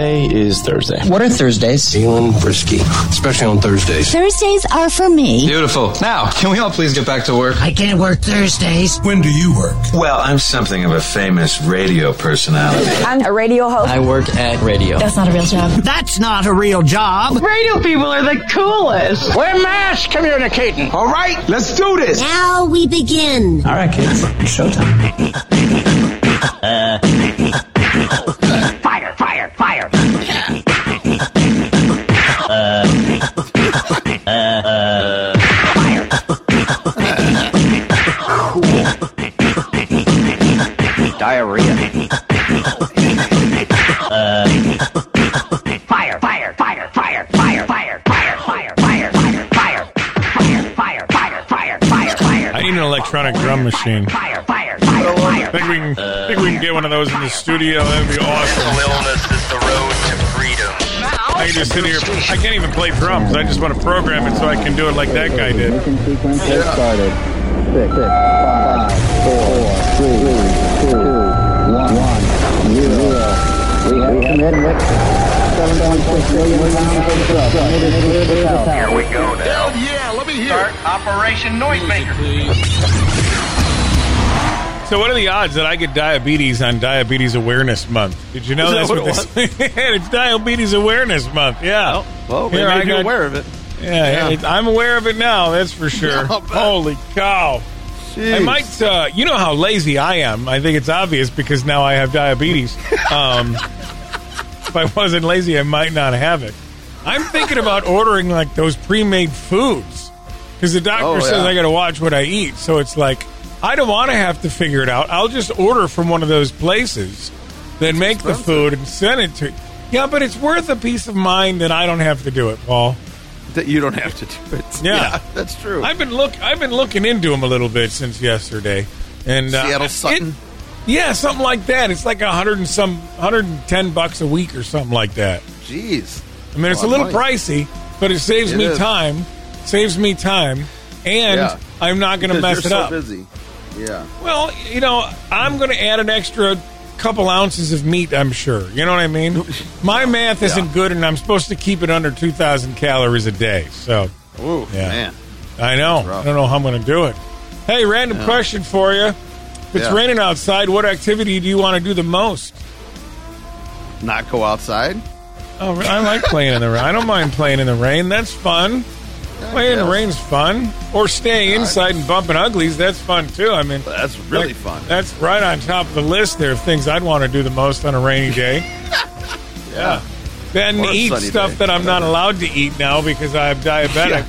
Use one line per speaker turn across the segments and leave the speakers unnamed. is Thursday.
What are Thursdays?
Feeling frisky, especially on Thursdays.
Thursdays are for me.
Beautiful. Now, can we all please get back to work?
I can't work Thursdays.
When do you work?
Well, I'm something of a famous radio personality.
I'm a radio host.
I work at radio.
That's not a real job.
That's not a real job.
Radio people are the coolest.
We're mass communicating.
All right, let's do this.
Now we begin.
All right, kids, it's showtime.
uh, fire, fire, fire. uh, uh,
diarrhea.
Uh, fire, fire, fire, fire, fire, fire, fire, fire, fire, fire, fire, fire, fire, fire, fire, fire, fire.
I need an electronic drum machine.
Uh,
Fire, fire, fire,
I think we can, I think we can get one of those in the studio. That'd be awesome.
Mental illness is the road to freedom.
I can just sit here. I can't even play drums. I just want to program it so I can do it like that guy did.
Six, five, four, three, two, one, one, zero. We have commitment. Seven point six billion pounds of drugs. Committed to clear the house.
Here we go now.
Hell yeah, let me hear. Start Operation Noisemaker.
So, what are the odds that I get diabetes on Diabetes Awareness Month? Did you know that's
Is that what Oh,
what this? it's Diabetes Awareness Month. Yeah.
Well, maybe
Here, I
if you're
got-
aware of it.
Yeah, it- I'm aware of it now. That's for sure.
I'll bet.
Holy cow! I
Jeez.
might. Uh, you know how lazy I am. I think it's obvious because now I have diabetes. Um, if I wasn't lazy, I might not have it. I'm thinking about ordering like those pre-made foods because the doctor
Oh,
says
yeah.
I got to watch what I eat. So it's like I don't want to have to figure it out. I'll just order from one of those places, then make the food and send it to. Yeah, but it's worth a peace of mind that I don't have to do it, Paul.
That you don't have to do it.
Yeah.
that's true.
I've been look. I've been looking into them a little bit since yesterday. And uh,
Seattle
it-
Sutton?
yeah, something like that. It's like a hundred and some, hundred and ten bucks a week or something like that.
Jeez.
I mean, it's a
Well,
little
nice.
pricey, but it saves
It
me
is.
time. Saves me time, and
Yeah.
I'm not going to
Because
mess
you're
it
so
up.
busy. Yeah.
Well, you know, I'm going to add an extra couple ounces of meat. I'm sure. You know what I mean? My math isn't good, and I'm supposed to keep it under two thousand calories a day. So.
Ooh,
Yeah.
man.
I know.
rough.
I don't know how I'm going to do it. Hey, random question for you. If it's
Yeah.
raining outside, what activity do you want to do the most?
Not go outside.
Oh, I like playing in the rain. I don't mind playing in the rain. That's fun. Playing in the
guess.
rain's fun. Or staying inside and bumping uglies. That's fun too. I mean,
That's really
like,
fun.
That's right on top of the list there of things I'd want to do the most on a rainy day. yeah. Then
Or a
eat
sunny
stuff
day,
that I'm not allowed to eat now because I'm diabetic.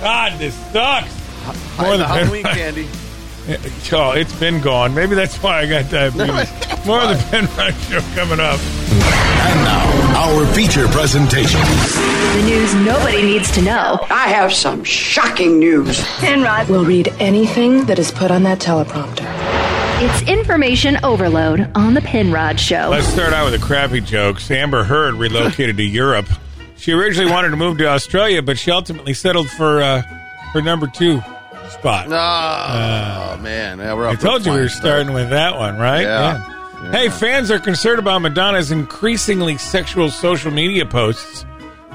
God, this sucks.
Hide the Halloween
Penrite-
candy.
Oh, it's been gone. Maybe that's why I got diabetes. More of the Penrod Show coming up.
And now, our feature presentation.
The news nobody needs to know.
I have some shocking news.
Penrod.
We'll read anything that is put on that teleprompter.
It's information overload on the Penrod Show.
Let's start out with a crappy joke. Amber Heard relocated to Europe. She originally wanted to move to Australia, but she ultimately settled for uh, her number two spot.
No, Oh, man. Yeah, we're
Uh, I
off to a
told you we
fine
were
start.
starting with that one, right?
Yeah. Yeah.
Hey, fans are concerned about Madonna's increasingly sexual social media posts.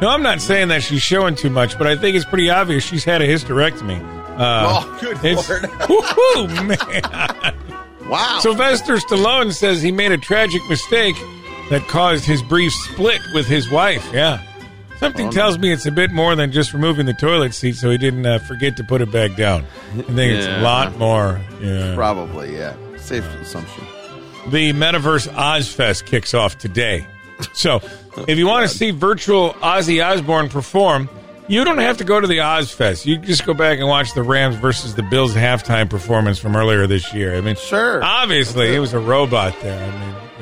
No, I'm not saying that she's showing too much, but I think it's pretty obvious she's had a hysterectomy. Uh,
Oh, good
it's,
lord.
Woohoo, man.
Wow.
Sylvester Stallone says he made a tragic mistake that caused his brief split with his wife. Yeah. Something tells me it's a bit more than just removing the toilet seat so he didn't uh, forget to put it back down. I think it's a
Yeah.
lot more. Yeah.
Probably, yeah. Safe assumption.
The Metaverse Ozfest kicks off today. So, if you want to see virtual Ozzy Osbourne perform, you don't have to go to the Ozfest. You just go back and watch the Rams versus the Bills halftime performance from earlier this year. I mean,
Sure.
obviously, it was a robot there. I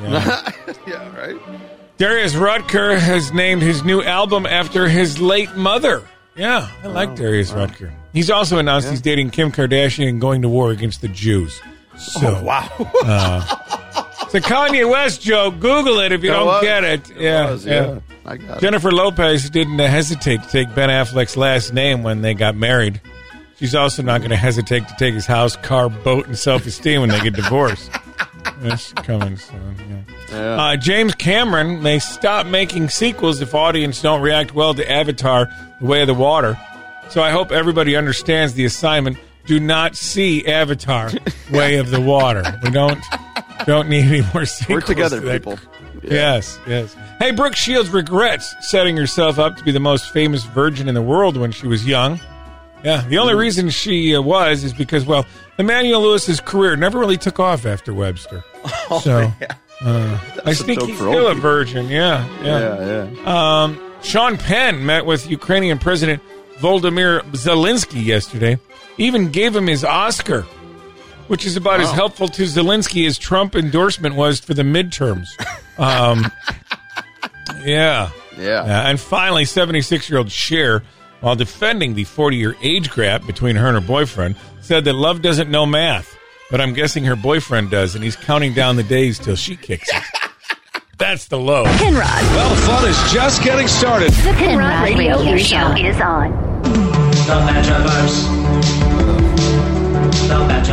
mean, yeah.
yeah, right?
Darius Rutker has named his new album after his late mother. Yeah, I
Oh,
like Darius Rutker. He's also announced he's dating Kim Kardashian and going to war against the Jews. So,
Oh, Wow.
It's a Kanye West joke. Google it if you
It
don't
was.
get it. yeah,
was,
yeah.
yeah. I got it.
Jennifer Lopez didn't uh, hesitate to take Ben Affleck's last name when they got married. She's also not going to hesitate to take his house, car, boat, and self esteem when they get divorced. It's coming soon. Yeah. Uh, James Cameron may stop making sequels if audience don't react well to Avatar: The Way of the Water. So I hope everybody understands the assignment. Do not see Avatar: Way of the Water. We don't don't need any more sequels.
Work together,
to that
people. Yeah.
Yes, yes. Hey, Brooke Shields regrets setting herself up to be the most famous virgin in the world when she was young. Yeah, the only reason she uh, was is because, well, Emmanuel Lewis's career never really took off after Webster. so uh, I
Oh, That's a
think
joke
he's
for old
still a
people.
virgin. Yeah, yeah.
Yeah,
Um, Sean Penn met with Ukrainian President Volodymyr Zelensky yesterday, even gave him his Oscar, which is about as
Wow.
helpful to Zelensky as Trump endorsement was for the midterms. Um, yeah.
Yeah.
Uh, and finally, 76 year old Cher, while defending the 40 year age gap between her and her boyfriend, said that love doesn't know math, but I'm guessing her boyfriend does, and he's counting down the days till she kicks it. That's the low.
Penrod.
Well, fun is just getting started.
The Penrod Radio Show is on.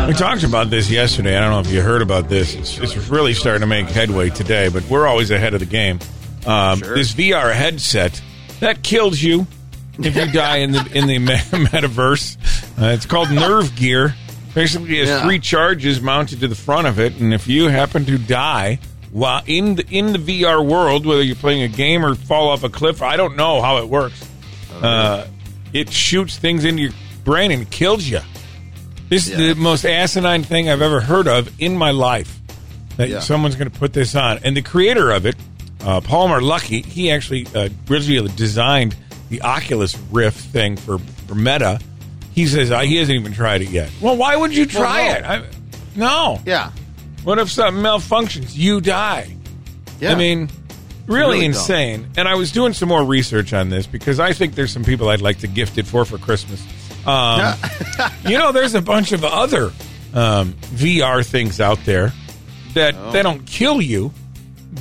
We talked about this yesterday. I don't know if you heard about this. It's, it's really starting to make headway today, but we're always ahead of the game. Um, This VR headset that kills you if you die in the in the me- metaverse. Uh, it's called Nerve Gear. Basically, it has
Yeah.
three charges mounted to the front of it, and if you happen to die while in the in the VR world, whether you're playing a game or fall off a cliff, I don't know how it works. Uh, it shoots things into your brain and kills you. This is the most asinine thing I've ever heard of in my life. That
Yeah.
someone's going to put this on, and the creator of it, uh, Palmer Lucky, he actually uh, originally designed the Oculus Rift thing for, for Meta. He says uh, he hasn't even tried it yet. Well, why would you try
Well,
it?
no.
I, no.
Yeah.
What if something malfunctions? You die.
Yeah.
I mean, really,
Really dumb.
insane. And I was doing some more research on this because I think there's some people I'd like to gift it for for Christmas. Um, you know, there's a bunch of other um, VR things out there that
Oh.
they don't kill you,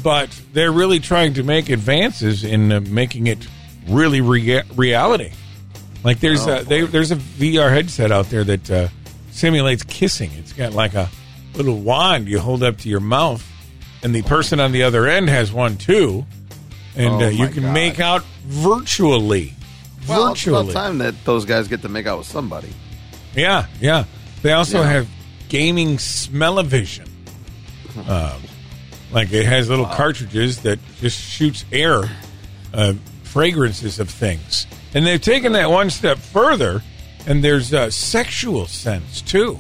but they're really trying to make advances in uh, making it really rea- reality. Like there's
Oh,
a they, there's a VR headset out there that uh, simulates kissing. It's got like a little wand you hold up to your mouth, and the person on the other end has one too, and
Oh,
uh, you
my
can
God.
make out virtually.
Well, it's
virtually,
about time that those guys get to make out with somebody.
yeah, yeah. They also
Yeah.
have gaming smell-o-vision. Um, like it has little cartridges that just shoots air, uh, fragrances of things, and they've taken that one step further. And there's a sexual sense too,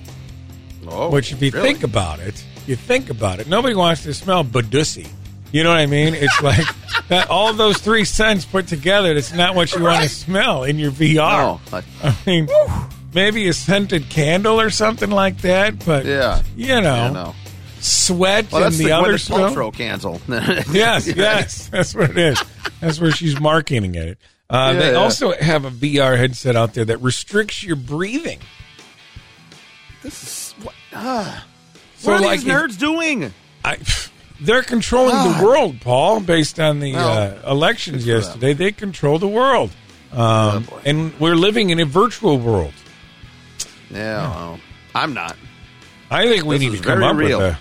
Oh,
which if you
really?
think about it, you think about it. Nobody wants to smell badussy. You know what I mean? It's like that, all those three scents put together. That's not what you want to smell in your VR.
No, like,
I mean, maybe a scented candle or something like that, but
yeah.
you know,
You know.
sweat
Well,
and
that's
the,
the, other
other
Gwyneth
smell.
Paltrow cancel.
Yes, yes, that's what it is. That's where she's marketing it. Uh,
Yeah,
they
yeah.
also have a VR headset out there that restricts your breathing.
This is what, ah.
So,
what are
like,
these nerds doing?
I, they're controlling
God.
the world, Paul, based on the
Well,
uh, elections
good for them. Oh,
yesterday. They control the world, um, and we're living in a virtual world.
Yeah, well, I'm not.
I think we
This
need
is
to come
very
up
real.
with a.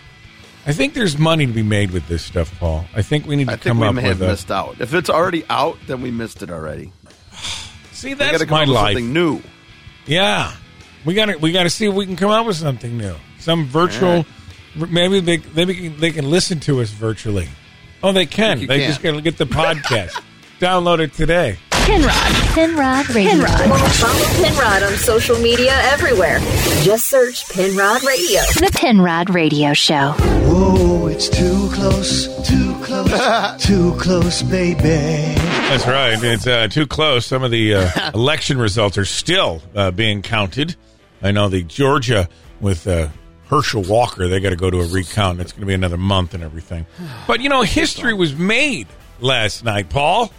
I think there's money to be made with this stuff, Paul. I think we need to
I think
come
we
up
may have
with a.
missed out. If it's already out, then we missed it already.
See,
We gotta
that's
come
my
up with
life.
Something new.
Yeah, we got to we got to see if we can come up with something new. Some virtual, maybe they maybe they can- they can listen to us virtually. Oh, they can.
you
They
can.
just got to get the podcast. Download it today.
Penrod.
Penrod Radio.
Follow Penrod on social media everywhere. Just search Penrod Radio.
The Penrod Radio Show.
Oh, it's too close, too close, too close, baby.
That's right. It's uh, too close. Some of the uh, election results are still uh, being counted. I know the Georgia with uh, Herschel Walker, they got to go to a recount. It's going to be another month and everything. But, you know, history was made last night, Paul.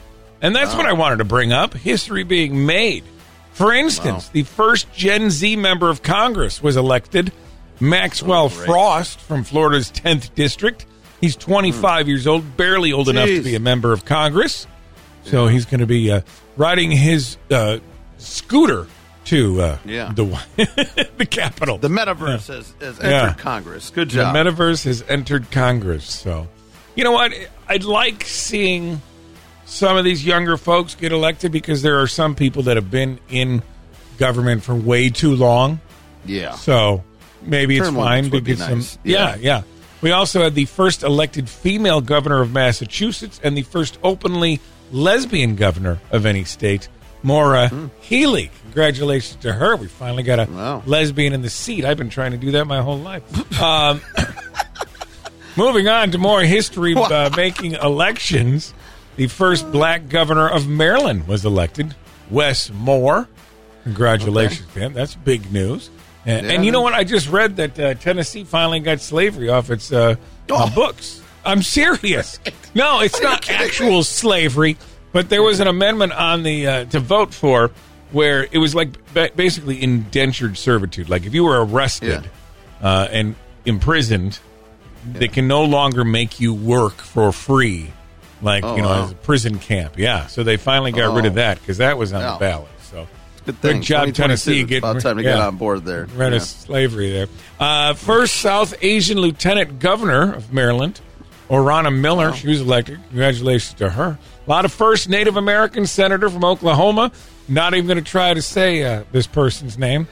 And that's what I wanted to bring up history being made. For instance, the first Gen Z member of Congress was elected, Maxwell Frost from Florida's 10th district. He's 25 years old, barely old enough to
Jeez.
be a member of Congress. So he's going to be uh, riding his uh, scooter to uh,
Yeah.
the the capital.
The metaverse has, has entered
Yeah.
Congress. Good
The
job.
metaverse has entered Congress. So, you know what? I'd like seeing some of these younger folks get elected because there are some people that have been in government for way too long.
Yeah.
So maybe it's
Term
fine
limits
to
would be
get some.
nice.
Yeah. yeah,
Yeah.
We also had the first elected female governor of Massachusetts and the first openly lesbian governor of any state, Maura
Hmm.
Healy. Congratulations to her. We finally got a lesbian in the seat. I've been trying to do that my whole life. Um, moving on to more history uh, making elections. The first black governor of Maryland was elected, Wes Moore. Congratulations, man. That's big news. And,
Yeah.
and you know what? I just read that uh, Tennessee finally got slavery off its uh,
Oh.
uh, books. I'm serious. No, it's not actual slavery, but there was an amendment on the uh, to vote for where it was like ba- basically indentured servitude. Like if you were arrested uh, and imprisoned, they can no longer make you work for free, like
Oh,
you know,
wow.
as a prison camp. Yeah, so they finally got rid of
Oh.
that because that was on
Yeah.
the ballot. So
Good thing.
job,
2022.
Tennessee.
It's
Get
about time to get on board there.
Rid
Yeah.
of slavery there. Uh, first South Asian lieutenant governor of Maryland, Orana Miller. She was elected. Congratulations to her. A lot of first Native American senator from Oklahoma. Not even going to try to say uh, this person's name,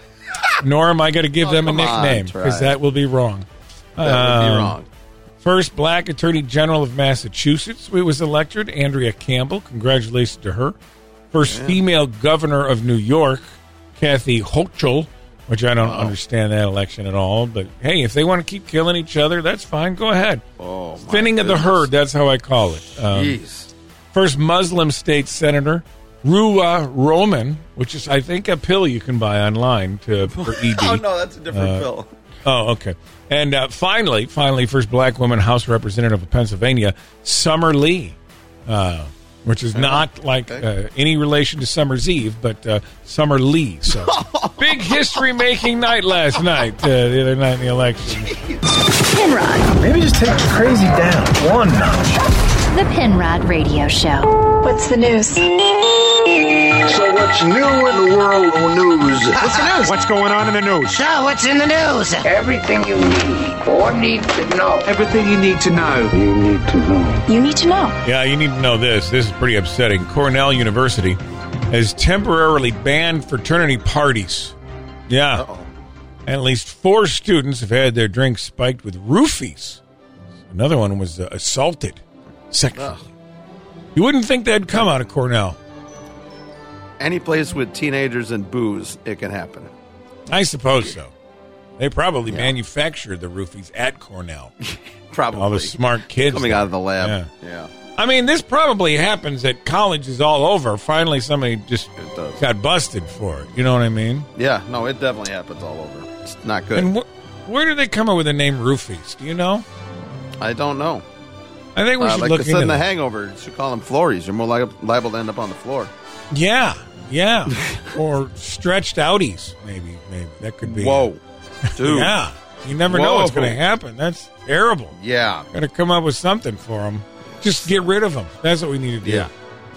nor am I going to give
Oh,
them a
come on,
nickname
try.
because that will be wrong.
That would be
Um,
wrong.
First black attorney general of Massachusetts who was elected, Andrea Campbell. Congratulations to her. First
Yeah.
female governor of New York, Kathy Hochul, which I don't understand that election at all. But hey, if they want to keep killing each other, that's fine. Go ahead.
Oh, my
Thinning of the
goodness.
herd, that's how I call it. Um,
Jeez.
First Muslim state senator, Rua Roman, which is, I think, a pill you can buy online to for E ED.
Oh, no, that's a different pill.
Oh, okay. And uh, finally, finally, first black woman House Representative of Pennsylvania, Summer Lee, uh, which is not like uh, any relation to Summer's Eve, but uh, Summer Lee. So big history making night last night, uh, the other night in the election.
Pinrod,
Maybe just take crazy down one notch.
the Pinrod Radio Show. What's the news?
So what's new in the world of news? What's the news? What's going on in the news?
So, what's in the news? Everything you need or need to know.
Everything you need to know. You need to know.
You need to know.
Yeah, you need to know this. This is pretty upsetting. Cornell University has temporarily banned fraternity parties. Yeah. At least four students have had their drinks spiked with roofies. Another one was uh, assaulted sexually. You wouldn't think that'd come out of Cornell.
Any place with teenagers and booze, it can happen.
I suppose so. They probably manufactured the roofies at Cornell.
Probably.
All the smart kids
Coming out of the lab.
Yeah.
Yeah.
I mean, this probably happens at colleges all over. Finally, somebody just got busted for it. You know what I mean?
Yeah. No, it definitely happens all over. It's not good.
And wh- where did they come up with the name Roofies? Do you know?
I don't know.
I think we
Uh,
should
like
look
they
into
said in the
that.
hangover, you should call them flories. You're more li- liable to end up on the floor.
Yeah, yeah. or stretched outies, maybe. Maybe that could be.
Whoa. Dude.
yeah. You never know what's
Whoa.
going to happen. That's terrible.
Yeah.
Got to come up with something for them. Just get rid of them. That's what we need to do.
Yeah.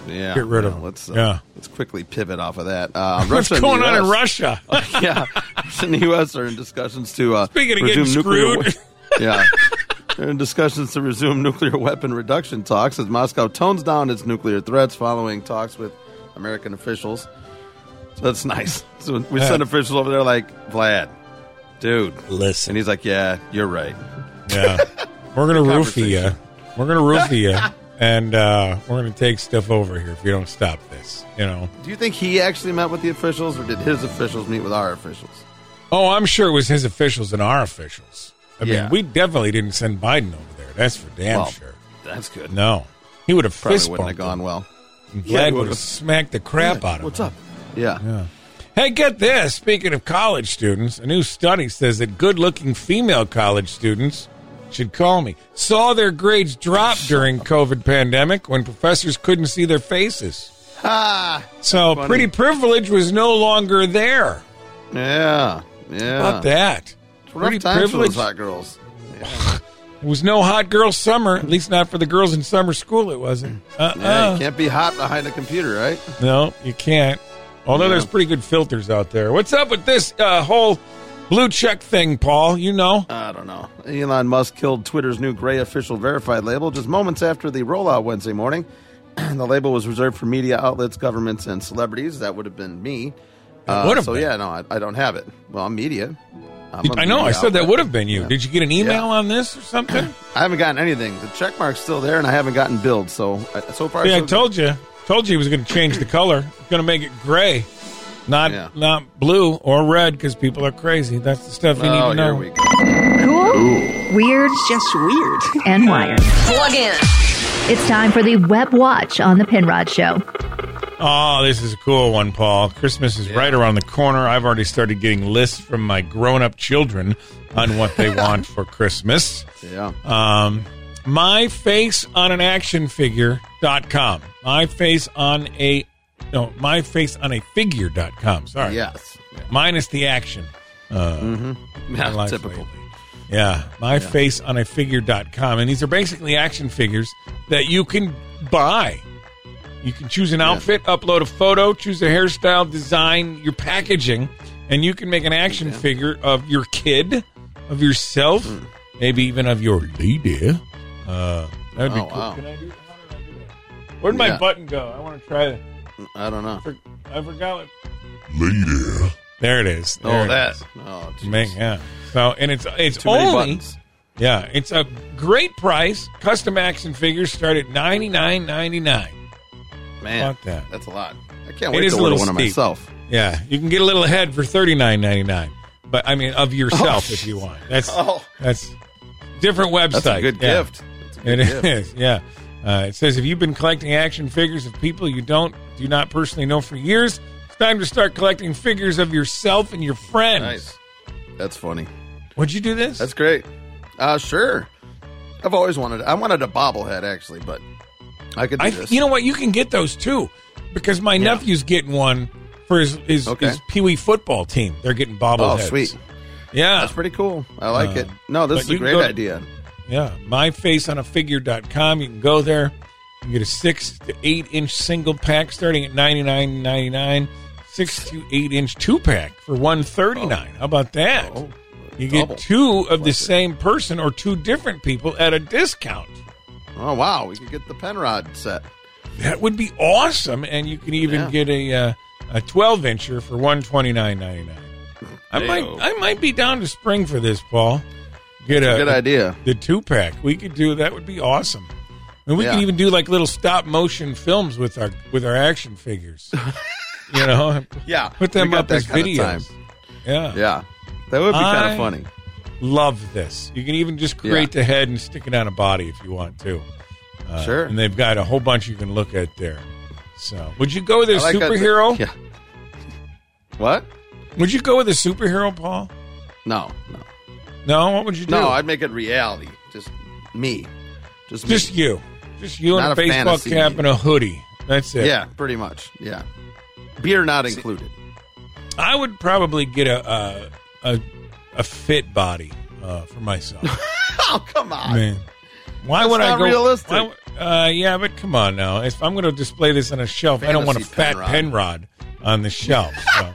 Yeah.
Get rid of
Yeah,
them.
Let's, uh,
Yeah.
let's quickly pivot off of that. Uh,
What's
Russia and the
going on in
US
Russia?
yeah, Russia and the U.S. are in discussions to uh,
Speaking of
resume
getting
nuclear.
screwed.
we- yeah, they're in discussions to resume nuclear weapon reduction talks as Moscow tones down its nuclear threats following talks with American officials. So that's nice. So we send officials over there like Vlad, dude,
listen,
and he's like, yeah, you're right.
Yeah. We're going to
Good
roofie you. We're going to roofie you. And uh, we're going to take stuff over here if you don't stop this. You know?
Do you think he actually met with the officials, or did his officials meet with our officials?
Oh, I'm sure it was his officials and our officials. I
Yeah.
mean, we definitely didn't send Biden over there. That's for damn
Well,
sure.
That's good.
No. He would have
Probably
fist
wouldn't
bumped
have gone well.
him.
Yeah, he
Vlad would
would've-
have smacked the crap out of him.
What's up? Yeah.
Hey, get this. Speaking of college students, a new study says that good looking female college students should call me. Saw their grades drop during COVID pandemic when professors couldn't see their faces.
Ah,
So
Funny.
pretty privilege was no longer there.
yeah, yeah.
How about that?
It's rough
Pretty
times for
privilege.
those hot girls.
It was no hot girl summer, at least not for the girls in summer school. It wasn't. Uh uh
Yeah, you can't be hot behind a computer, right?
No, you can't. Although there's pretty good filters out there. What's up with this uh, whole blue check thing, Paul? You know.
I don't know. Elon Musk killed Twitter's new gray official verified label just moments after the rollout Wednesday morning. the label was reserved for media outlets, governments, and celebrities. That would have been me. Uh,
would've
so
been.
yeah, no, I, I don't have it. Well, I'm media. I'm a
I know. I
media
said that
outlet.
would have been you.
Yeah.
Did you get an email on this or something?
I haven't gotten anything. The check mark's still there, and I haven't gotten billed. So I- so far,
Yeah, I
so
told you. Told you he was going to change the color. Going to make it gray, not not blue or red because people are crazy. That's the stuff you need
Oh,
to know.
here we
Cool.
Weird, just weird.
And wired.
Plug in.
It's time for the Web Watch on the Penrod Show.
Oh, this is a cool one, Paul. Christmas is right around the corner. I've already started getting lists from my grown-up children on what they want for Christmas.
Yeah.
Um, my face on an action figure.com. My face on a no, my face on a figure.com. Sorry.
Yes.
Minus the action. Uh,
Yeah,
life
typical.
lately. Yeah, my face on a figure.com. And these are basically action figures that you can buy. You can choose an outfit, upload a photo, choose a hairstyle, design your packaging, and you can make an action figure of your kid, of yourself,
Hmm.
maybe even of your lady. Uh, that would be
Oh,
cool.
wow.
Can I do, how did I do that? Where'd my
Yeah.
button go? I want to try that.
I don't know.
I forgot what. Lady. There it is.
Oh,
There it
that.
is.
Oh, jeez.
Make, yeah. So and it's it's
Too many
only
buttons.
yeah, it's a great price. Custom action figures start at ninety nine ninety nine.
Man,
Fuck that.
that's a lot. I can't
It
wait
is
to
a
order
little
one of
steep.
myself.
Yeah, you can get a little ahead for thirty nine ninety nine. But I mean, of yourself if you want. That's
Oh.
that's different website.
That's a good
Yeah.
gift. That's a good
It
gift.
is, yeah. Uh, it says if you've been collecting action figures of people you don't do not personally know for years, it's time to start collecting figures of yourself and your friends.
Nice. That's funny.
Would you do this?
That's great. Uh, sure. I've always wanted. I wanted a bobblehead actually, but I could do
I,
this.
you know what? You can get those too, because my nephew's getting one for his his,
Okay.
his Pee Wee football team. They're getting bobbleheads.
Oh, sweet.
Yeah,
That's pretty cool. I like
Uh,
it. No,
but
this is
you
a
can
great
go to-
idea.
Yeah, myfaceonafigure.com. You can go there. You can get a six to eight inch single pack starting at ninety nine ninety nine. Six to eight inch two pack for one thirty nine. How about that? you
Oh. double.
get two of the same person or two different people at a discount.
Oh wow, we could get the Penrod set.
That would be awesome, and you can even
Yeah.
get a uh, a twelve incher for one twenty nine ninety nine. I might
Ayo.
I might be down to spring for this, Paul. Get
That's a good idea.
The two pack we could do that would be awesome, and we could
Yeah.
even do like little stop motion films with our with our action figures. you know,
Yeah,
put them
we got
up
that
as
kinda
videos.
time.
Yeah,
Yeah, that would be kind
I-
of funny.
love this. You can even just create the head and stick it on a body if you want to. Uh,
Sure.
And they've got a whole bunch you can look at there. So, would you go with a
I like that-
superhero?
yeah. What?
Would you go with a superhero, Paul?
No, no,
No. What would you do?
no. I'd make it reality. Just me. Just me.
just you, just you in
Not
a
a
baseball
fantasy
cap
movie.
and a hoodie. That's it.
Yeah, pretty much. Yeah, beer not included.
I would probably get a a a, a fit body uh, for myself.
Oh come on.
Man, why
That's
would I
not
go?
realistic.
why would- uh, yeah, but come on now. If I'm going to display this on a shelf, I don't want a
Fantasy
fat
Penrod.
Penrod on the shelf. So.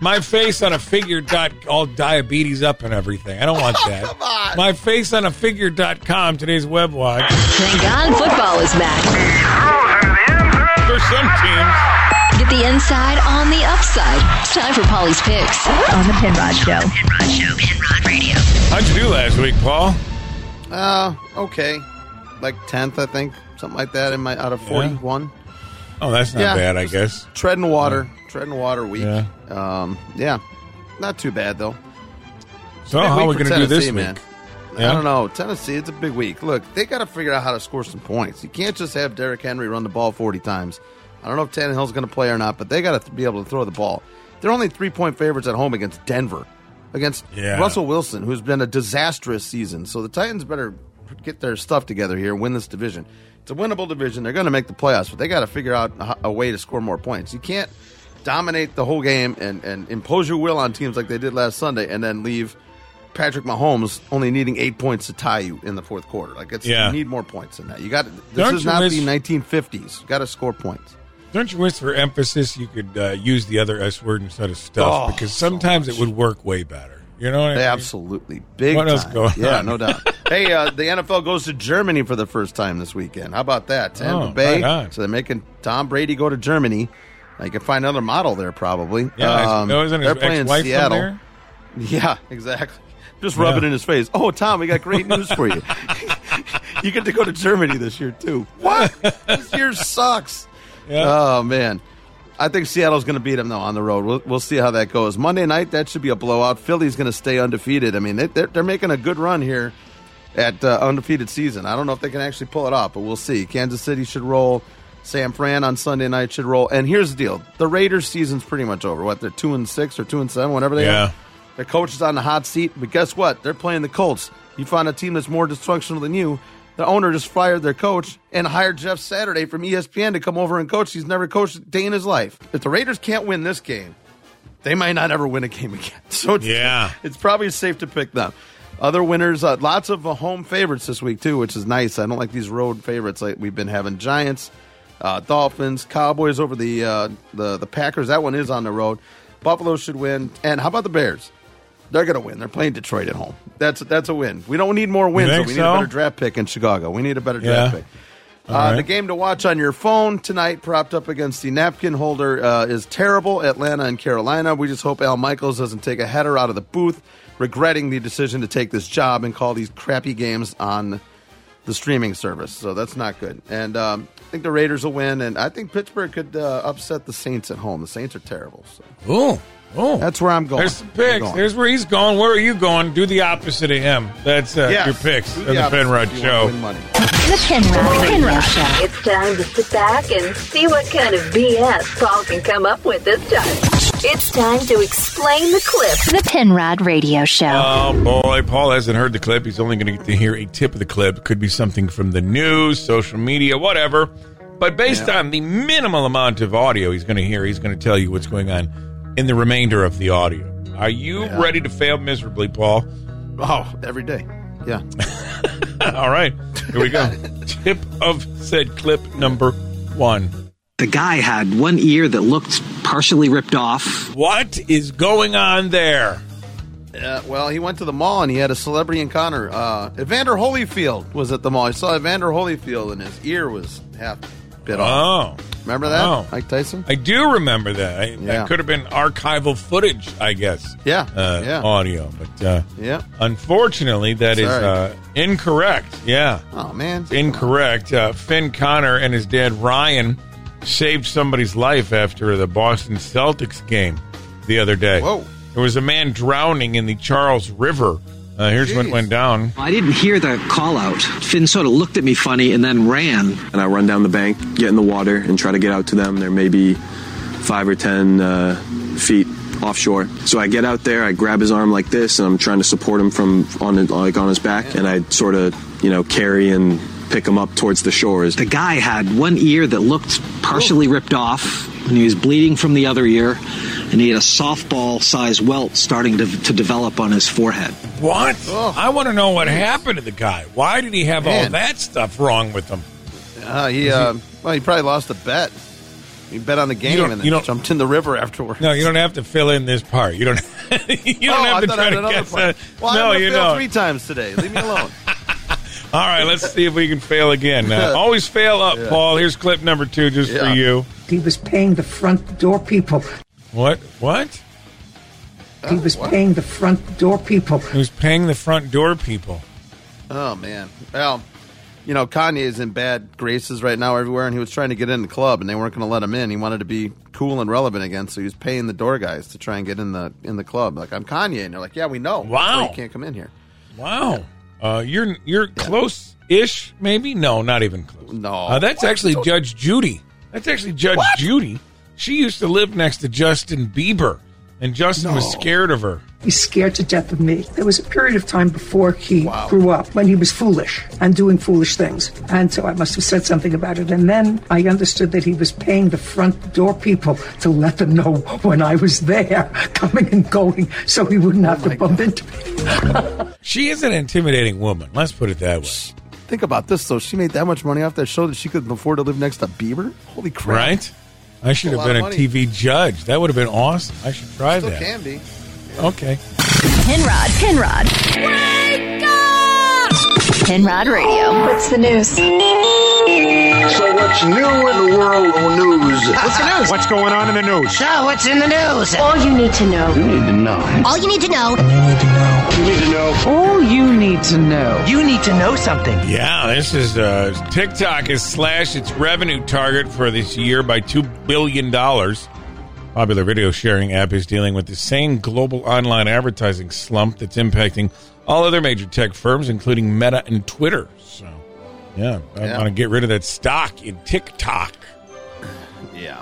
My face on a figure dot all diabetes up and everything. I don't want
Oh,
that.
come on.
My face on a figure dot com. Today's web watch.
Thank God football is back.
For some teams,
Get the inside on the upside. It's time for Polly's picks on the Penrod Show. Penrod Show, Penrod Radio.
how'd you do last week, Paul?
Uh, okay, like tenth, I think, something like that. In my out of forty-one,
Oh, that's not
Yeah.
bad, I guess.
treading water, treading water week.
Yeah.
Um, yeah, not too bad though.
So
Big
Oh, how are we
week
going
for
to do this
Tennessee,
week?
man.
Yeah?
I don't know. Tennessee, it's a big week. Look, they got to figure out how to score some points. You can't just have Derrick Henry run the ball 40 times. I don't know if Tannehill's going to play or not, but they got to be able to throw the ball. They're only three point favorites at home against Denver, against
Yeah.
Russell Wilson, who's been a disastrous season. So the Titans better get their stuff together here and win this division. It's a winnable division. They're going to make the playoffs, but they got to figure out a, a way to score more points. You can't dominate the whole game and, and impose your will on teams like they did last Sunday and then leave Patrick Mahomes only needing eight points to tie you in the fourth quarter. Like it's
Yeah.
you need more points than that. You got this
Don't
is
you
not
miss-
the 1950s. You got to score points.
Don't you wish for emphasis you could uh, use the other S word instead of stuff?
Oh,
because
so
sometimes
much.
it would work way better. You know what I mean?
Absolutely. Big
What else
time.
going
yeah,
on?
no doubt. hey, uh, the NFL goes to Germany for the first time this weekend. How about that? Tampa
Oh,
Bay.
right on.
so they're making Tom Brady go to Germany. I can find another model there probably.
Yeah,
Um,
wasn't his
they're playing
ex-wife from
Seattle.
there?
Yeah, exactly. Just rub it in his face. Oh, Tom, we got great news for you. you get to go to Germany this year too. What? this year sucks. Oh man, I think Seattle's going to beat them though on the road. We'll, we'll see how that goes. Monday night, that should be a blowout. Philly's going to stay undefeated. I mean, they, they're, they're making a good run here at uh, undefeated season. I don't know if they can actually pull it off, but we'll see. Kansas City should roll. San Fran on Sunday night should roll. And here's the deal: the Raiders' season's pretty much over. What? They're two and six or two and seven, whatever they
Yeah.
are. Their coach is on the hot seat, but guess what? They're playing the Colts. You find a team that's more dysfunctional than you. The owner just fired their coach and hired Jeff Saturday from E ESPN to come over and coach. He's never coached a day in his life. If the Raiders can't win this game, they might not ever win a game again. So it's, yeah, it's probably safe to pick them. Other winners, uh, lots of uh, home favorites this week too, which is nice. I don't like these road favorites like we've been having. Giants, uh, Dolphins, Cowboys over the uh, the the Packers. That one is on the road. Buffalo should win. And how about the Bears? They're going to win. They're playing Detroit at home. That's that's a win. We don't need more wins.
think
but we need
so?
a better draft pick in Chicago. We need a better draft
Yeah.
pick.
All
Uh,
right.
The game to watch on your phone tonight, propped up against the napkin holder, uh, is terrible. Atlanta and Carolina. We just hope Al Michaels doesn't take a header out of the booth, regretting the decision to take this job and call these crappy games on the streaming service. So that's not good. And um, I think the Raiders will win, and I think Pittsburgh could uh, upset the Saints at home. The Saints are terrible. So.
Oh, oh,
that's where I'm going.
There's the
I'm
picks.
going.
There's where he's going. Where are you going? Do the opposite of him. That's uh,
Yes.
your picks
Do
of
the
the,
opposite
Penrod
if you wanna
Show.
win money.
The Penrod, Penrod Show. It's time to sit back and see what kind of BS Paul can come up with this time. It's time to explain the clip. The Penrod Radio Show.
Uh,
Oh boy, Paul hasn't heard the clip. He's only going to get to hear a tip of the clip. Could be something from the news, social media, whatever. But based on the minimal amount of audio he's going to hear, he's going to tell you what's going on in the remainder of the audio. Are you
Yeah.
ready to fail miserably, Paul?
Oh, every day. Yeah.
All right, here we go. tip of said clip number one.
The guy had one ear that looked partially ripped off.
What is going on there?
Uh, well, he went to the mall and he had a celebrity encounter. Uh, Evander Holyfield was at the mall. I saw Evander Holyfield and his ear was half bit off.
Oh,
Remember that?
Oh.
Mike Tyson?
I do remember that. I,
Yeah.
That could have been archival footage, I guess.
Yeah,
Uh,
yeah.
Audio. But uh,
Yeah.
unfortunately, that is
Sorry.
uh, incorrect. Yeah.
Oh, man.
Incorrect. Uh, Finn Connor and his dad, Ryan, saved somebody's life after the Boston Celtics game the other day.
Whoa.
There was a man drowning in the Charles River. Uh, here's what went down.
I didn't hear the call out. Finn sort of looked at me funny and then ran.
and I run down the bank, get in the water, and try to get out to them. They're maybe five or ten uh, feet offshore. So I get out there, I grab his arm like this, and I'm trying to support him from on like on his back, and I sort of you know carry and pick him up towards the shores.
The guy had one ear that looked partially ripped off, and he was bleeding from the other ear, and he had a softball size welt starting to, to develop on his forehead.
What? I want to know what happened to the guy. Why did he have all
Man.
that stuff wrong with him?
Uh, he, uh, well, he probably lost a bet. He bet on the game
don't-
and
you
then
don't-
jumped in the river afterwards.
No, you don't have to fill in this part. You don't. you don't
Oh,
have
I
to
thought I
try
had
to
another
guess
part.
that.
Well,
no,
I'm gonna
you
fail
don't.
three times today. Leave me alone.
All right, let's see if we can fail again. Uh, always fail up,
Yeah.
Paul. Here's clip number two, just
Yeah.
for you.
He was paying the front door people.
What? What?
He was paying the front door people.
Who's paying the front door people?
Oh man. Well, you know Kanye is in bad graces right now everywhere, and he was trying to get in the club, and they weren't going to let him in. He wanted to be cool and relevant again, so he was paying the door guys to try and get in the in the club. Like I'm Kanye, and they're like, "Yeah, we know.
Wow.
you can't come in here."
Wow. Uh, you're you're close-ish, maybe? No, not even close. No. Uh, that's actually Judge Judy. That's actually Judge Judy. She used to live next to Justin Bieber, and Justin was scared of her.
He's scared to death of me. There was a period of time before he grew up when he was foolish and doing foolish things. And so I must have said something about it. And then I understood that he was paying the front door people to let them know when I was there, coming and going, so he wouldn't have to bump into me.
She is an intimidating woman. Let's put it that way.
Think about this though. She made that much money off that show that she could afford to live next to Bieber. Holy crap!
Right? I should have
That's a lot
been a
of money.
TV judge. That would have been awesome. I should try
Still
that.
can be.
Okay.
Pinrod, Pinrod. Wake up! Pinrod Radio. What's the news?
So what's new in the world of news?
What's the news?
What's going on in the news?
So, what's in the news? All you need to know. You need to know. All you need to know.
You need to know.
All Oh, you need to know. You need to know something.
Yeah, this is uh, TikTok has slashed its revenue target for this year by two billion dollars. Popular video sharing app is dealing with the same global online advertising slump that's impacting all other major tech firms, including Meta and Twitter. So, yeah, I
Yeah.
want to get rid of that stock in TikTok.
Yeah.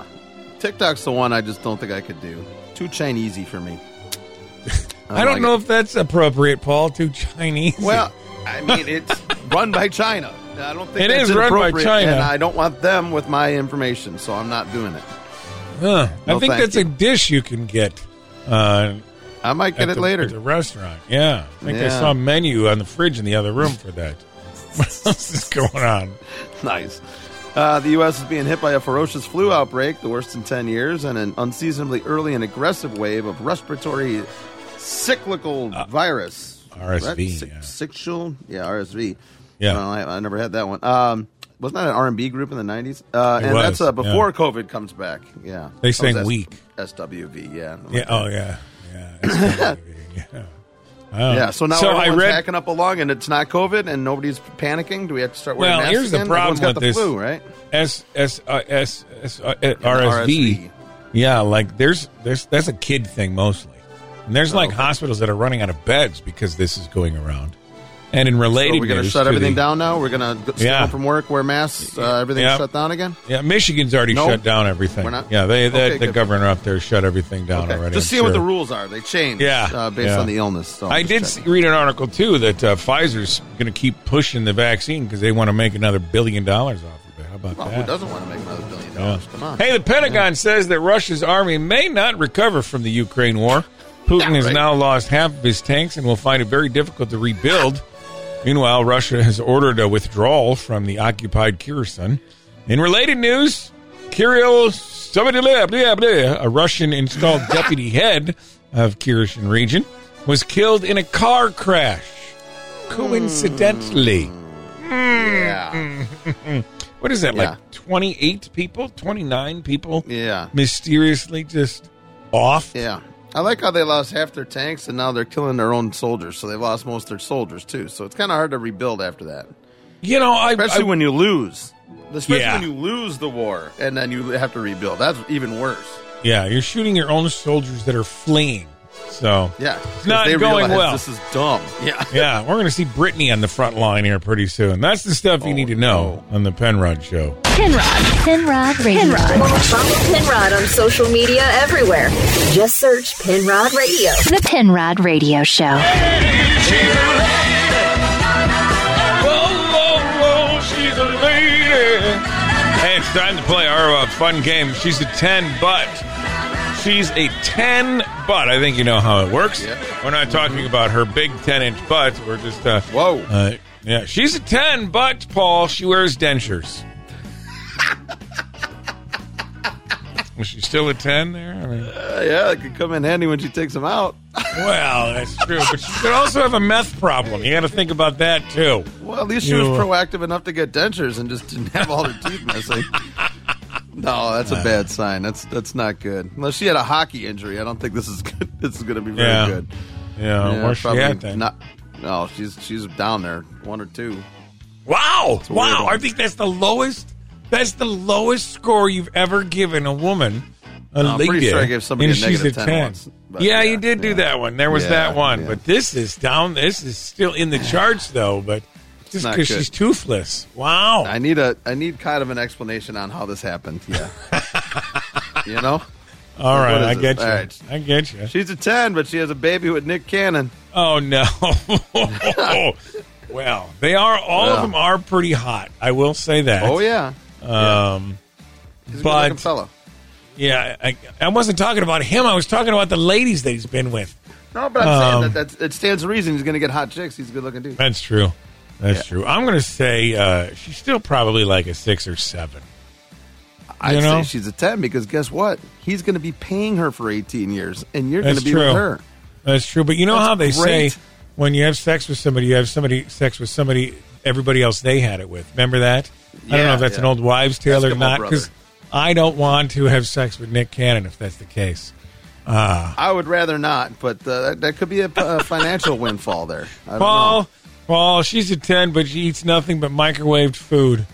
TikTok's the one I just don't think I could do. Too Chinese for me.
I don't know if that's appropriate, Paul, to Chinese.
Well, I mean, it's run by China. I don't think
It
that's
is run by
inappropriate,
China.
And I don't want them with my information, so I'm not doing it.
Huh. I
No,
think
thank
that's
you.
a dish you can get. Uh,
I might get
at
it
the-
later.
at the restaurant. Yeah, I think I
Yeah.
saw a menu on the fridge in the other room for that. What else is going on?
nice. Uh, the U.S. is being hit by a ferocious flu outbreak, the worst in 10 years, and an unseasonably early and aggressive wave of respiratory cyclical
Uh,
virus.
RSV,
Right? Sic- Sexual? Yeah, RSV.
Yeah.
Well, I, I never had that one. Um, wasn't that an R&B group in the 90s? Uh,
It
and that's
was,
uh, before
yeah.
COVID comes back. Yeah.
They
That
sang
was S-
Weak.
SWV, yeah.
Yeah. Oh yeah. Yeah. Oh.
yeah, so now
So I
everyone's
read-
hacking up along, and it's not COVID, and nobody's panicking. Do we have to start wearing
Well,
masks
here's the
again?
problem
Everyone's got
with
the
this
flu, right?
S S uh, S S uh, uh,
RSV.
RSV. Yeah, like there's there's that's a kid thing mostly, and there's
Oh.
like hospitals that are running out of beds because this is going around. And in related,
So we're going to
news
shut
to
everything
the-
down now. We're going to stay
Yeah.
home from work, wear masks. Uh, everything
Yeah.
shut down again.
Yeah, Michigan's already
No.
shut down everything.
We're not?
Yeah, they, they
Okay,
the
good.
governor up there shut everything down already.
Just
I'm
seeing what the
sure.
rules are. They change.
Yeah,
uh, based
yeah.
on the illness. So
I did see, read an article too that uh, Pfizer's going to keep pushing the vaccine because they want to make another billion dollars off of it. How about
Well,
that?
who doesn't want to make another billion
Yeah.
dollars? Come on.
Hey, the Pentagon says that Russia's army may not recover from the Ukraine war. Putin has now lost half of his tanks and will find it very difficult to rebuild. Meanwhile, Russia has ordered a withdrawal from the occupied Kherson. In related news, Kirill Savadilab, a Russian installed deputy head of Kherson region, was killed in a car crash. Coincidentally.
Hmm.
Yeah. what is that,
Yeah.
like 28 people, 29 people?
Yeah.
Mysteriously just off?
Yeah. I like how they lost half their tanks, and now they're killing their own soldiers. So they lost most of their soldiers too. So it's kind of hard to rebuild after that.
You know, I
especially
I-
when you lose, especially
Yeah.
when you lose the war, and then you have to rebuild. That's even worse.
Yeah, you're shooting your own soldiers that are fleeing. So,
Yeah,
It's not
'Cause they
going
realize
well.
This is dumb. Yeah.
yeah, we're going to see Brittany on the front line here pretty soon. That's the stuff
Oh,
you need to know on the Penrod Show.
Pinrod. Pinrod Radio. Pinrod.
Follow Pinrod on social media everywhere.
Just search Pinrod Radio. The Pinrod Radio Show.
Oh, she's a lady. Hey, it's time to play our uh, fun game. She's a 10, but she's a 10, but I think you know how it works. We're not talking about her big 10 inch butt. We're just, uh,
whoa.
Uh, yeah, she's a 10, but Paul, she wears dentures. Was she still a 10 there? I mean,
Uh, yeah, it could come in handy when she takes them out.
well, that's true. But she could also have a meth problem. You got to think about that, too.
Well, at least she
You,
was
uh,
proactive enough to get dentures and just didn't have all her teeth missing. No, that's a bad sign. That's that's not good. Unless she had a hockey injury, I don't think this is good. This is going to be very
Yeah.
good.
Yeah, where's she
probably
at then?
Not, no, she's she's down there, one or two.
Wow!
It's a weird
Wow!
one.
I think that's the lowest. That's the lowest score you've ever given a woman. A
No, I'm pretty
lady,
sure I gave somebody
and
a
she's
negative 10
10.
once, but
yeah, you did do that one. There was
Yeah,
that one,
yeah.
but this is down. This is still in the charts though. But just
not
because
good.
she's toothless. Wow!
I need a I need kind of an explanation on how this happened. Yeah, you know.
All right,
What is
I
this?
get you.
All right.
I get you.
She's a ten, but she has a baby with Nick Cannon.
Oh no! well, they are. All of
Yeah.
them are pretty hot. I will say that.
Oh, yeah.
Um,
He's a
but
good-looking fellow.
yeah, I, I wasn't talking about him. I was talking about the ladies that he's been with.
No, but I'm
Um,
saying that that's, it stands to reason he's going to get hot chicks. He's a good-looking dude.
That's true. That's true. I'm going to say uh, she's still probably like a six or seven.
I'd
You know?
say she's a 10 because guess what? He's going to be paying her for 18 years and you're going
That's
to be
true.
with her.
That's true. But you know
That's
how they
great.
say when you have sex with somebody, you have somebody sex with somebody everybody else they had it with. Remember that? I don't know
Yeah,
if that's an
yeah.
old wives' tale or
Eskimo
not
brother.
because I don't want to have sex with Nick Cannon if that's the case. Uh,
I would rather not, but uh, that, that could be a, a financial windfall there. I don't
Paul, Paul, she's a ten, but she eats nothing but microwaved food.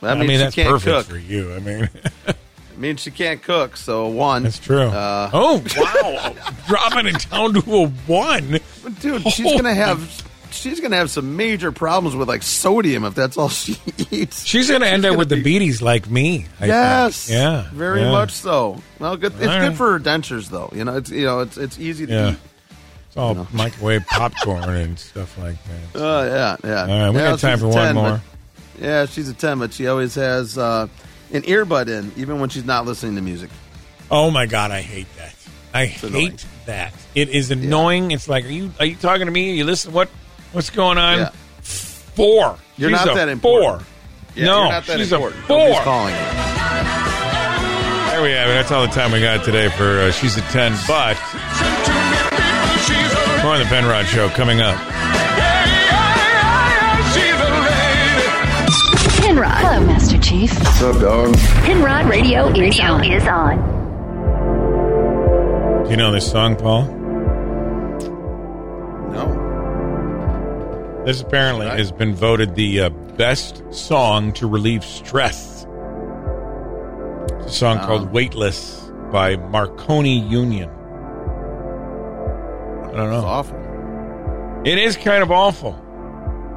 That means
I mean,
she
that's
can't
perfect
cook.
for you. I mean,
know. means she can't cook, so one. That's
true.
Uh,
oh wow, dropping it down to a one.
dude, she's
Oh,
gonna have she's gonna have some major problems with like sodium if that's all she eats.
She's going to end up with the beaties like me. I think.
Yes.
Yeah.
Very
yeah.
much so. Well, good. It's
All
good
right.
for her dentures, though. You know, it's you know, it's it's easy to
Yeah.
eat.
It's all microwave popcorn and stuff like that.
Oh yeah, yeah.
All right, we
Yeah,
got time
she's
for
a
one
10,
more.
but- yeah, she's a ten, but she always has uh, an earbud in, even when she's not listening to music.
Oh my god, I hate that. I
annoying.
hate that. It is annoying. It's like, are you are you talking to me? Are you listening? What what's going on?
Yeah.
Four.
You're
She's
not
a
that important.
Four.
Yeah,
no,
you're not that
she's
important.
a
Nobody's
four.
calling you.
There we have it. That's all the time we got today for uh, she's a ten. But more of the Penrod Show coming up.
Penrod. Hello, Master Chief.
What's up, dog?
Penrod Radio, is on. Is on.
Do you know this song, Paul?
No.
This apparently has been voted the uh, best song to relieve stress. It's a song called Weightless by Marconi Union. I don't know. It's
awful.
It is kind of awful.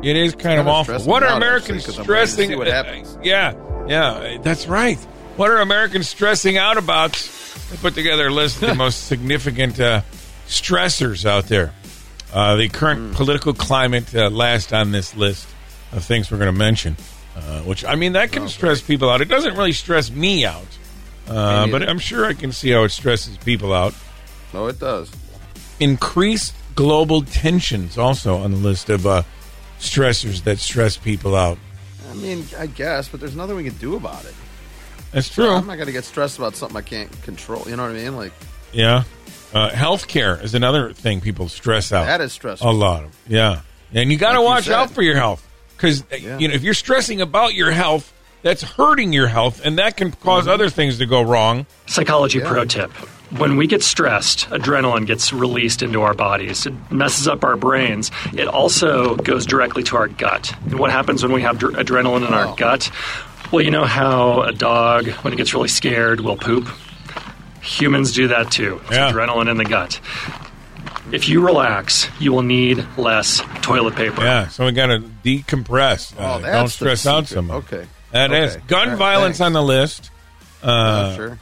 It is kind of
kinda
awful.
stressing
What
me
are
out,
Americans
actually, 'cause I'm waiting to
stressing?
see what happens.
Yeah, yeah, that's right. What are Americans stressing out about? They put together a list of the most significant uh, stressors out there. Uh, the
Mm.
current political climate uh, last on this list of things we're going to mention, uh, which I mean that can stress people out. It doesn't really stress me out, uh,
Oh, Me neither.
but I'm sure I can see how it stresses people out
No, it does.
increased global tensions also on the list of uh, stressors that stress people out.
I mean, I guess, but there's nothing we can do about it.
That's true.
I'm not gonna get stressed about something I can't control. You know what I mean? Like
yeah. Uh, healthcare is another thing people stress out.
That is stressful.
A lot of yeah, and you got to
Like you
watch
said.
out for your health because you know if you're stressing about your health, that's hurting your health, and that can because other things to go wrong.
Psychology pro tip. When we get stressed, adrenaline gets released into our bodies. It messes up our brains. It also goes directly to our gut. And what happens when we have dr- adrenaline in our gut? Well, you know how a dog, when it gets really scared, will poop? Humans do that too. It's adrenaline in the gut. If you relax, you will need less toilet paper.
Yeah, so we got to decompress. Uh,
that's
don't
the
stress out
secret.
so much.
Okay.
that
Okay.
is gun
All right,
violence on the list. Uh,
Yeah, sure.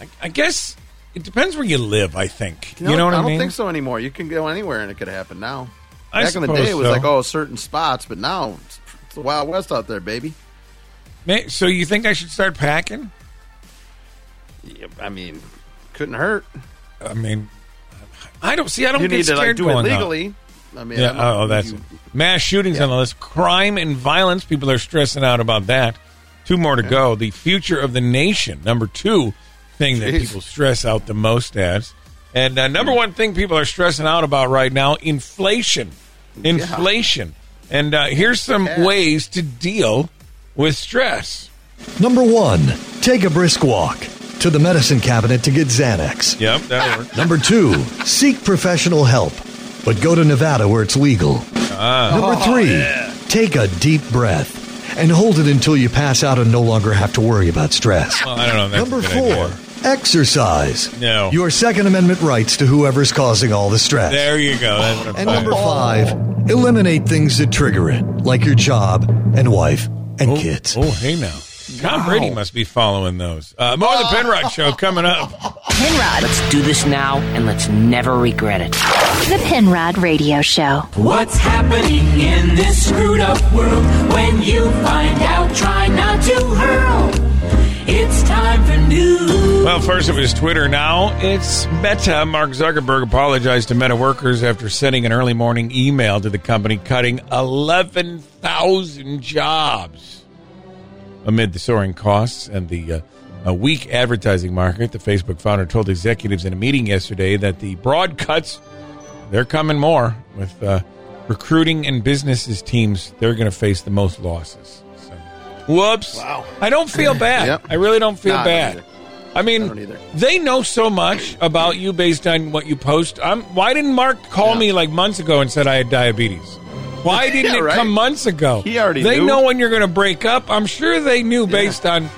I, I guess it depends where you live. I think you
No,
know what
I
I,
don't
mean.
think so anymore. You can go anywhere and it could happen now.
I
Back in the day,
suppose
it was
so.
like oh, certain spots, but now it's, it's the Wild West out there, baby.
May- So you think I should start packing?
Yeah, I mean, couldn't hurt.
I mean, I don't see. I don't
You
get
need to like
scared
do it
going out.
legally. I mean, I
yeah.
don't
Oh,
think
that's
you-
mass shootings on the list. Crime and violence. People are stressing out about that. Two more to go. The future of the nation. Number two thing that
Jeez. Mm.
people stress out the most as, and uh, number one thing people are stressing out about right now: inflation. Inflation. And uh, here's some ways to deal with stress.
Number one, take a brisk walk to the medicine cabinet to get Xanax.
Yep, that works.
Number two, seek professional help, but go to Nevada where it's legal.
Ah.
Number
Oh,
three, take a deep breath and hold it until you pass out and no longer have to worry about stress.
Well, I don't know. That's a
Number
good
four,
idea.
exercise.
No.
Your Second Amendment rights to whoever's causing all the stress.
There you go. That's what I'm
And
saying.
number five, eliminate things that trigger it, like your job and wife and kids.
Oh, hey now. Tom Brady must be following those. Uh, more of the Penrod Show coming up.
Penrod.
Let's do this now and let's never regret it.
The Penrod Radio Show.
What's happening in this screwed up world? When you find out, try not to hurl. It's time for news.
Well, first it was Twitter. Now it's Meta. Mark Zuckerberg apologized to Meta workers after sending an early morning email to the company, cutting 11,000 jobs. Amid the soaring costs and the uh, uh, weak advertising market, the Facebook founder told executives in a meeting yesterday that the broad cuts, they're coming more with uh, recruiting and businesses teams, they're going to face the most losses. So, whoops. Wow. I don't feel bad.
Yep.
I really don't feel
Nah, I don't
bad.
either.
I mean, they know so much about you based on what you post. i why didn't Mark call me like months ago and said I had diabetes? Why didn't
Yeah,
it
right.
come months ago?
He already
They
knew.
know when you're going to break up. I'm sure they knew based on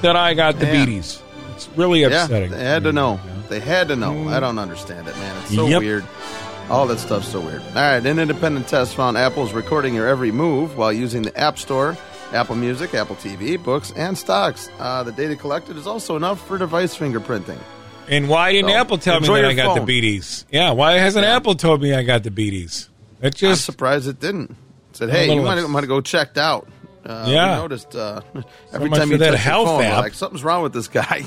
that I got
Yeah.
diabetes. It's really upsetting.
Yeah, they had to know. They had to know. I don't understand it, man. It's so
Yep.
weird. All that stuff's so weird. All right, an independent test found Apple's recording your every move while using the App Store, Apple Music, Apple TV, books, and stocks. Uh, the data collected is also enough for device fingerprinting.
And why didn't
So,
Apple tell me
enjoy
that
your
I got
phone.
diabetes? Yeah, why hasn't Apple told me I got diabetes? It just
I'm surprised it didn't. Said,
I'm a
hey, you
little
might have,
ups-
might have go checked out. Uh, we
Yeah.
noticed uh, every
much
time
for
you
that
touch your
health
phone, we're
app.
like something's wrong with this guy.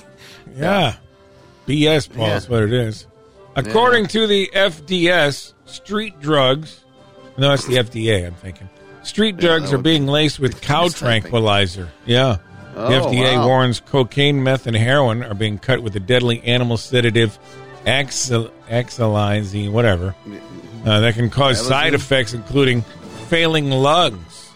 Yeah. BS, Paul,
Yeah.
is what it is. According to the FDS, street drugs, no, that's the FDA, I'm thinking. Street drugs are being laced with cow tranquilizer. Yeah.
Oh,
the FDA
wow.
warns cocaine, meth, and heroin are being cut with a deadly animal sedative, axil- axilizine, whatever, uh, that can cause
Xylazine?
side effects, including failing lungs.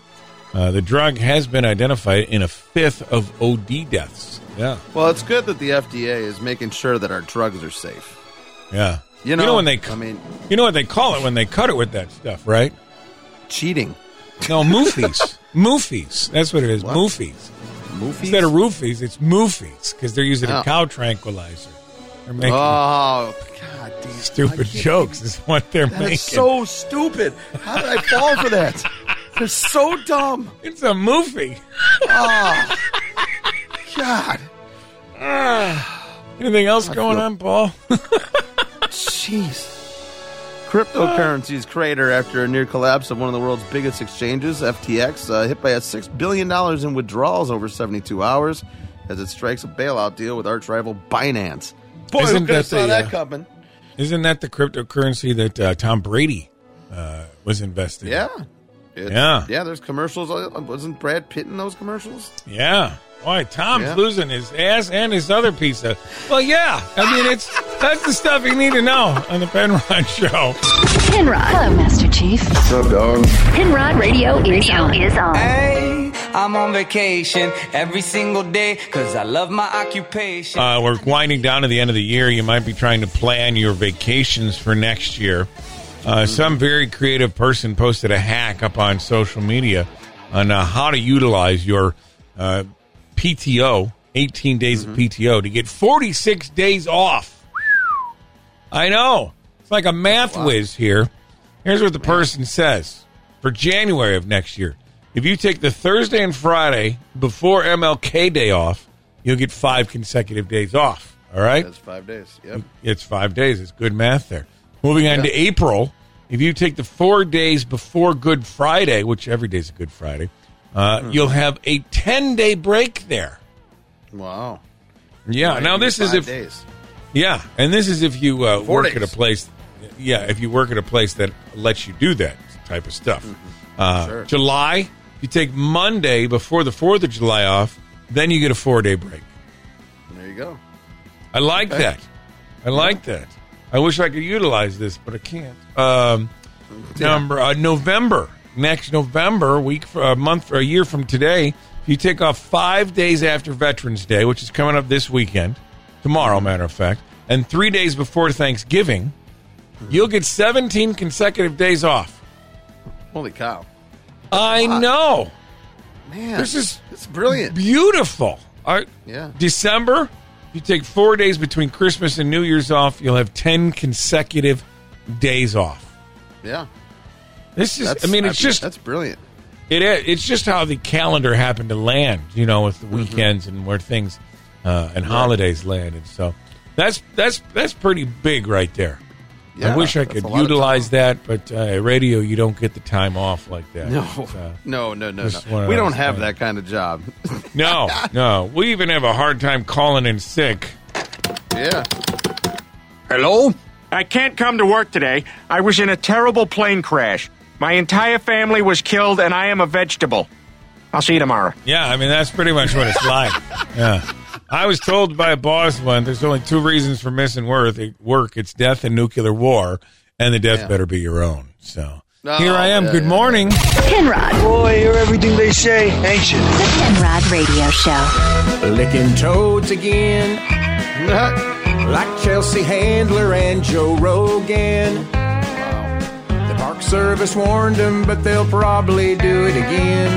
Uh, the drug has been identified in a fifth of OD deaths. Yeah.
Well, it's good that the FDA is making sure that our drugs are safe.
Yeah.
You know,
when they
I mean,
you know what they call it when they cut it with that stuff, right?
Cheating.
No, moofies. moofies. That's what it is. Moofies.
Moofies?
Instead of roofies, it's moofies because they're using
Oh.
a cow tranquilizer. They're making
oh, God, damn. I
stupid
can't-
jokes is what they're
That
making.
is so stupid. How did I fall for that? They're so dumb.
It's a movie.
Oh, God.
Anything else
I
going
feel-
on, Paul?
Jeez. Cryptocurrency's crater after a near collapse of one of the world's biggest exchanges, FTX, uh, hit by a $6 billion in withdrawals over 72 hours as it strikes a bailout deal with arch rival Binance. Boy, who
Isn't
could have
that
saw
the,
that
uh,
coming?
Isn't that the cryptocurrency that uh, Tom Brady uh, was invested? in?
Yeah. It's-
Yeah.
Yeah, there's commercials. Uh, Wasn't Brad Pitt in those commercials?
Yeah. Boy, Tom's
Yeah.
losing his ass and his other piece of. Well, yeah. I mean, it's that's the stuff you need to know on the Penrod Show.
Pinrod. Hello, Master Chief.
What's up, dog?
Pinrod Radio is on. Is on.
Hey, I'm on vacation every single day because I love my occupation.
Uh, we're winding down to the end of the year. You might be trying to plan your vacations for next year. Uh, Some very creative person posted a hack up on social media on uh, how to utilize your uh, PTO, 18 days of PTO, to get 46 days off. I know. It's like a math whiz here. Here's what the person says for January of next year. If you take the Thursday and Friday before MLK Day off, you'll get five consecutive days off. All right?
That's five days. Yep.
It's five days. It's good math there. Moving on to April, if you take the four days before Good Friday, which every day's a Good Friday, uh, you'll have a 10 day break there.
Wow.
Yeah.
Right,
now, this is
five
if.
days.
Yeah, and this is if you uh,
Four
work
days.
at a place. Yeah, if you work at a place that lets you do that type of stuff. Uh,
Mm-hmm. Sure.
July, you take Monday before the Fourth of July off, then you get a four day break.
There you go.
I like
Okay.
that. I like that. I wish I could utilize this, but I can't. Um, Number uh, November next November week for a month or a year from today, you take off five days after Veterans Day, which is coming up this weekend, tomorrow, matter of fact, and three days before Thanksgiving, you'll get seventeen consecutive days off.
Holy cow.
I know.
Man.
This is
it's brilliant.
Beautiful. All right.
Yeah.
December, you take four days between Christmas and New Year's off, you'll have 10 consecutive days off.
Yeah.
This is,
That's-
I mean, it's
I-
just,
That's brilliant.
it is, it's just how the calendar happened to land, you know, with the
Mm-hmm.
weekends and where things uh, and holidays landed. So that's, that's, that's pretty big right there.
Yeah,
I wish I
that's
could
a lot of
utilize that, but uh, at radio, you don't get the time off like that.
No,
It's, uh,
no, no, no,
just one
no.
of
We don't
those
have
things.
that kind of job.
No, no. We even have a hard time calling in sick.
yeah.
Hello? I can't come to work today. I was in a terrible plane crash. My entire family was killed, and I am a vegetable. I'll see you tomorrow.
Yeah, I mean that's pretty much what it's like. Yeah. I was told by a boss one there's only two reasons for missing worth work, it's death and nuclear war, and the death
Yeah.
better be your own. So
Oh,
here I am.
yeah,
Good
yeah.
morning.
Penrod.
Boy, hear everything they say, ain't you?
The Penrod Radio Show.
Licking toads again. like Chelsea Handler and Joe Rogan. The Park Service warned them, but they'll probably do it again.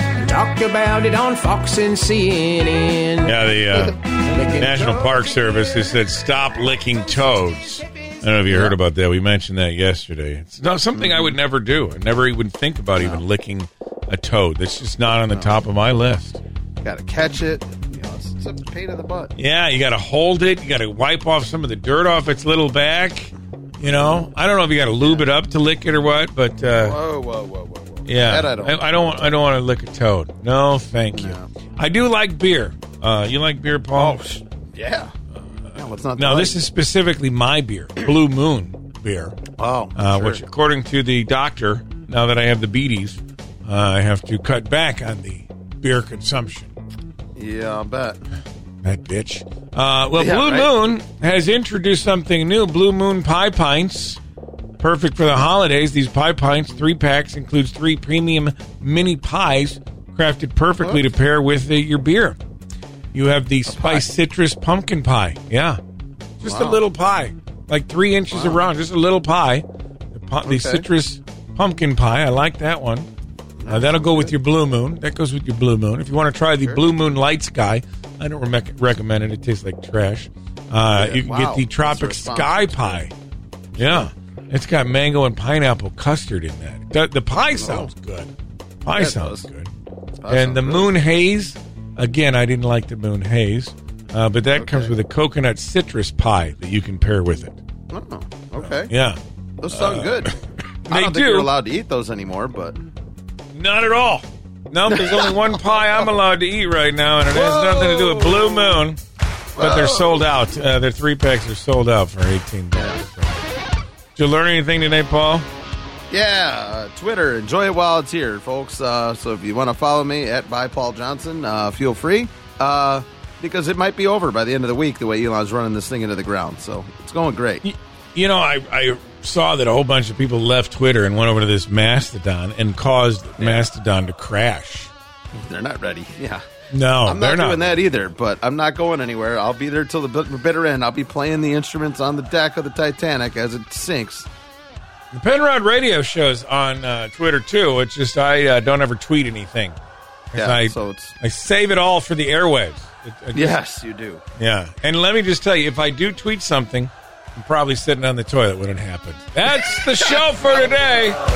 And talk about it on Fox and CNN.
Yeah, the uh, National Park Service has said stop licking toads. I don't know if you heard about that. We mentioned that yesterday. It's not something I would never do. I never even think about even licking a toad. That's just not on the top of my list.
Got to catch it. You know, it's, it's a pain in the butt.
Yeah, you got to hold it. You got to wipe off some of the dirt off its little back. You know, I don't know if you got to lube it up to lick it or what, but uh,
Whoa, Oh, whoa, whoa, whoa. whoa.
yeah,
That I don't.
I, don't. I don't want to lick a toad. No, thank you. I do like beer. Uh, you like beer, Paul?
Oh, yeah. yeah, what's not?
No, this is specifically my beer, Blue Moon beer.
Oh,
uh,
sure.
which, according to the doctor, now that I have the beaties, uh, I have to cut back on the beer consumption.
Yeah, I bet.
That bitch. Uh, well,
Yeah,
Blue
right.
Moon has introduced something new Blue Moon Pie Pints. Perfect for the holidays. These pie pints, three packs, includes three premium mini pies crafted perfectly to pair with uh, your beer. You have the spice citrus pumpkin pie. Yeah. Just a
Wow.
little pie, like three inches around, just a little pie. The, pu-
Okay.
the citrus pumpkin pie. I like that one. Uh, that'll go with your blue moon. That goes with your blue moon. If you want to try the blue moon lights guy, I don't rec- recommend it. It tastes like trash. Uh,
Yeah,
you can
wow.
get the
That's
tropic
responsible.
sky pie. Yeah, it's got mango and pineapple custard in that. The, the pie sounds good. Pie
Oh. Yeah, it
sounds
does.
good.
Pie
and the moon haze. Again, I didn't like the moon haze, uh, but that comes with a coconut citrus pie that you can pair with it.
Oh, okay.
Yeah.
Those sound
Uh,
good. I
they
don't think
do.
you're allowed to eat those anymore, but
Not at all. No, there's only one pie I'm allowed to eat right now, and it has nothing to do with Blue Moon. But they're sold out. Uh, their three packs are sold out for eighteen dollars. Did you learn anything today, Paul?
yeah, uh, Twitter. Enjoy it while it's here, folks. Uh, so if you want to follow me at by Paul Johnson, uh, feel free uh, because it might be over by the end of the week. The way Elon's running this thing into the ground, so it's going great.
You know, I, I saw that a whole bunch of people left Twitter and went over to this Mastodon and caused Mastodon to crash.
They're not ready. Yeah.
No,
I'm
they're
not
not.
doing that either, but I'm not going anywhere. I'll be there till the bit- bitter end. I'll be playing the instruments on the deck of the Titanic as it sinks.
The Penrod Radio shows on uh, Twitter too. It's just I uh, don't ever tweet anything. 'Cause
Yeah,
I,
so it's-
I save it all for the airwaves. It- I just-
Yes, you do.
Yeah. And let me just tell you, if I do tweet something, I'm probably sitting on the toilet when it happens. That's the show for today.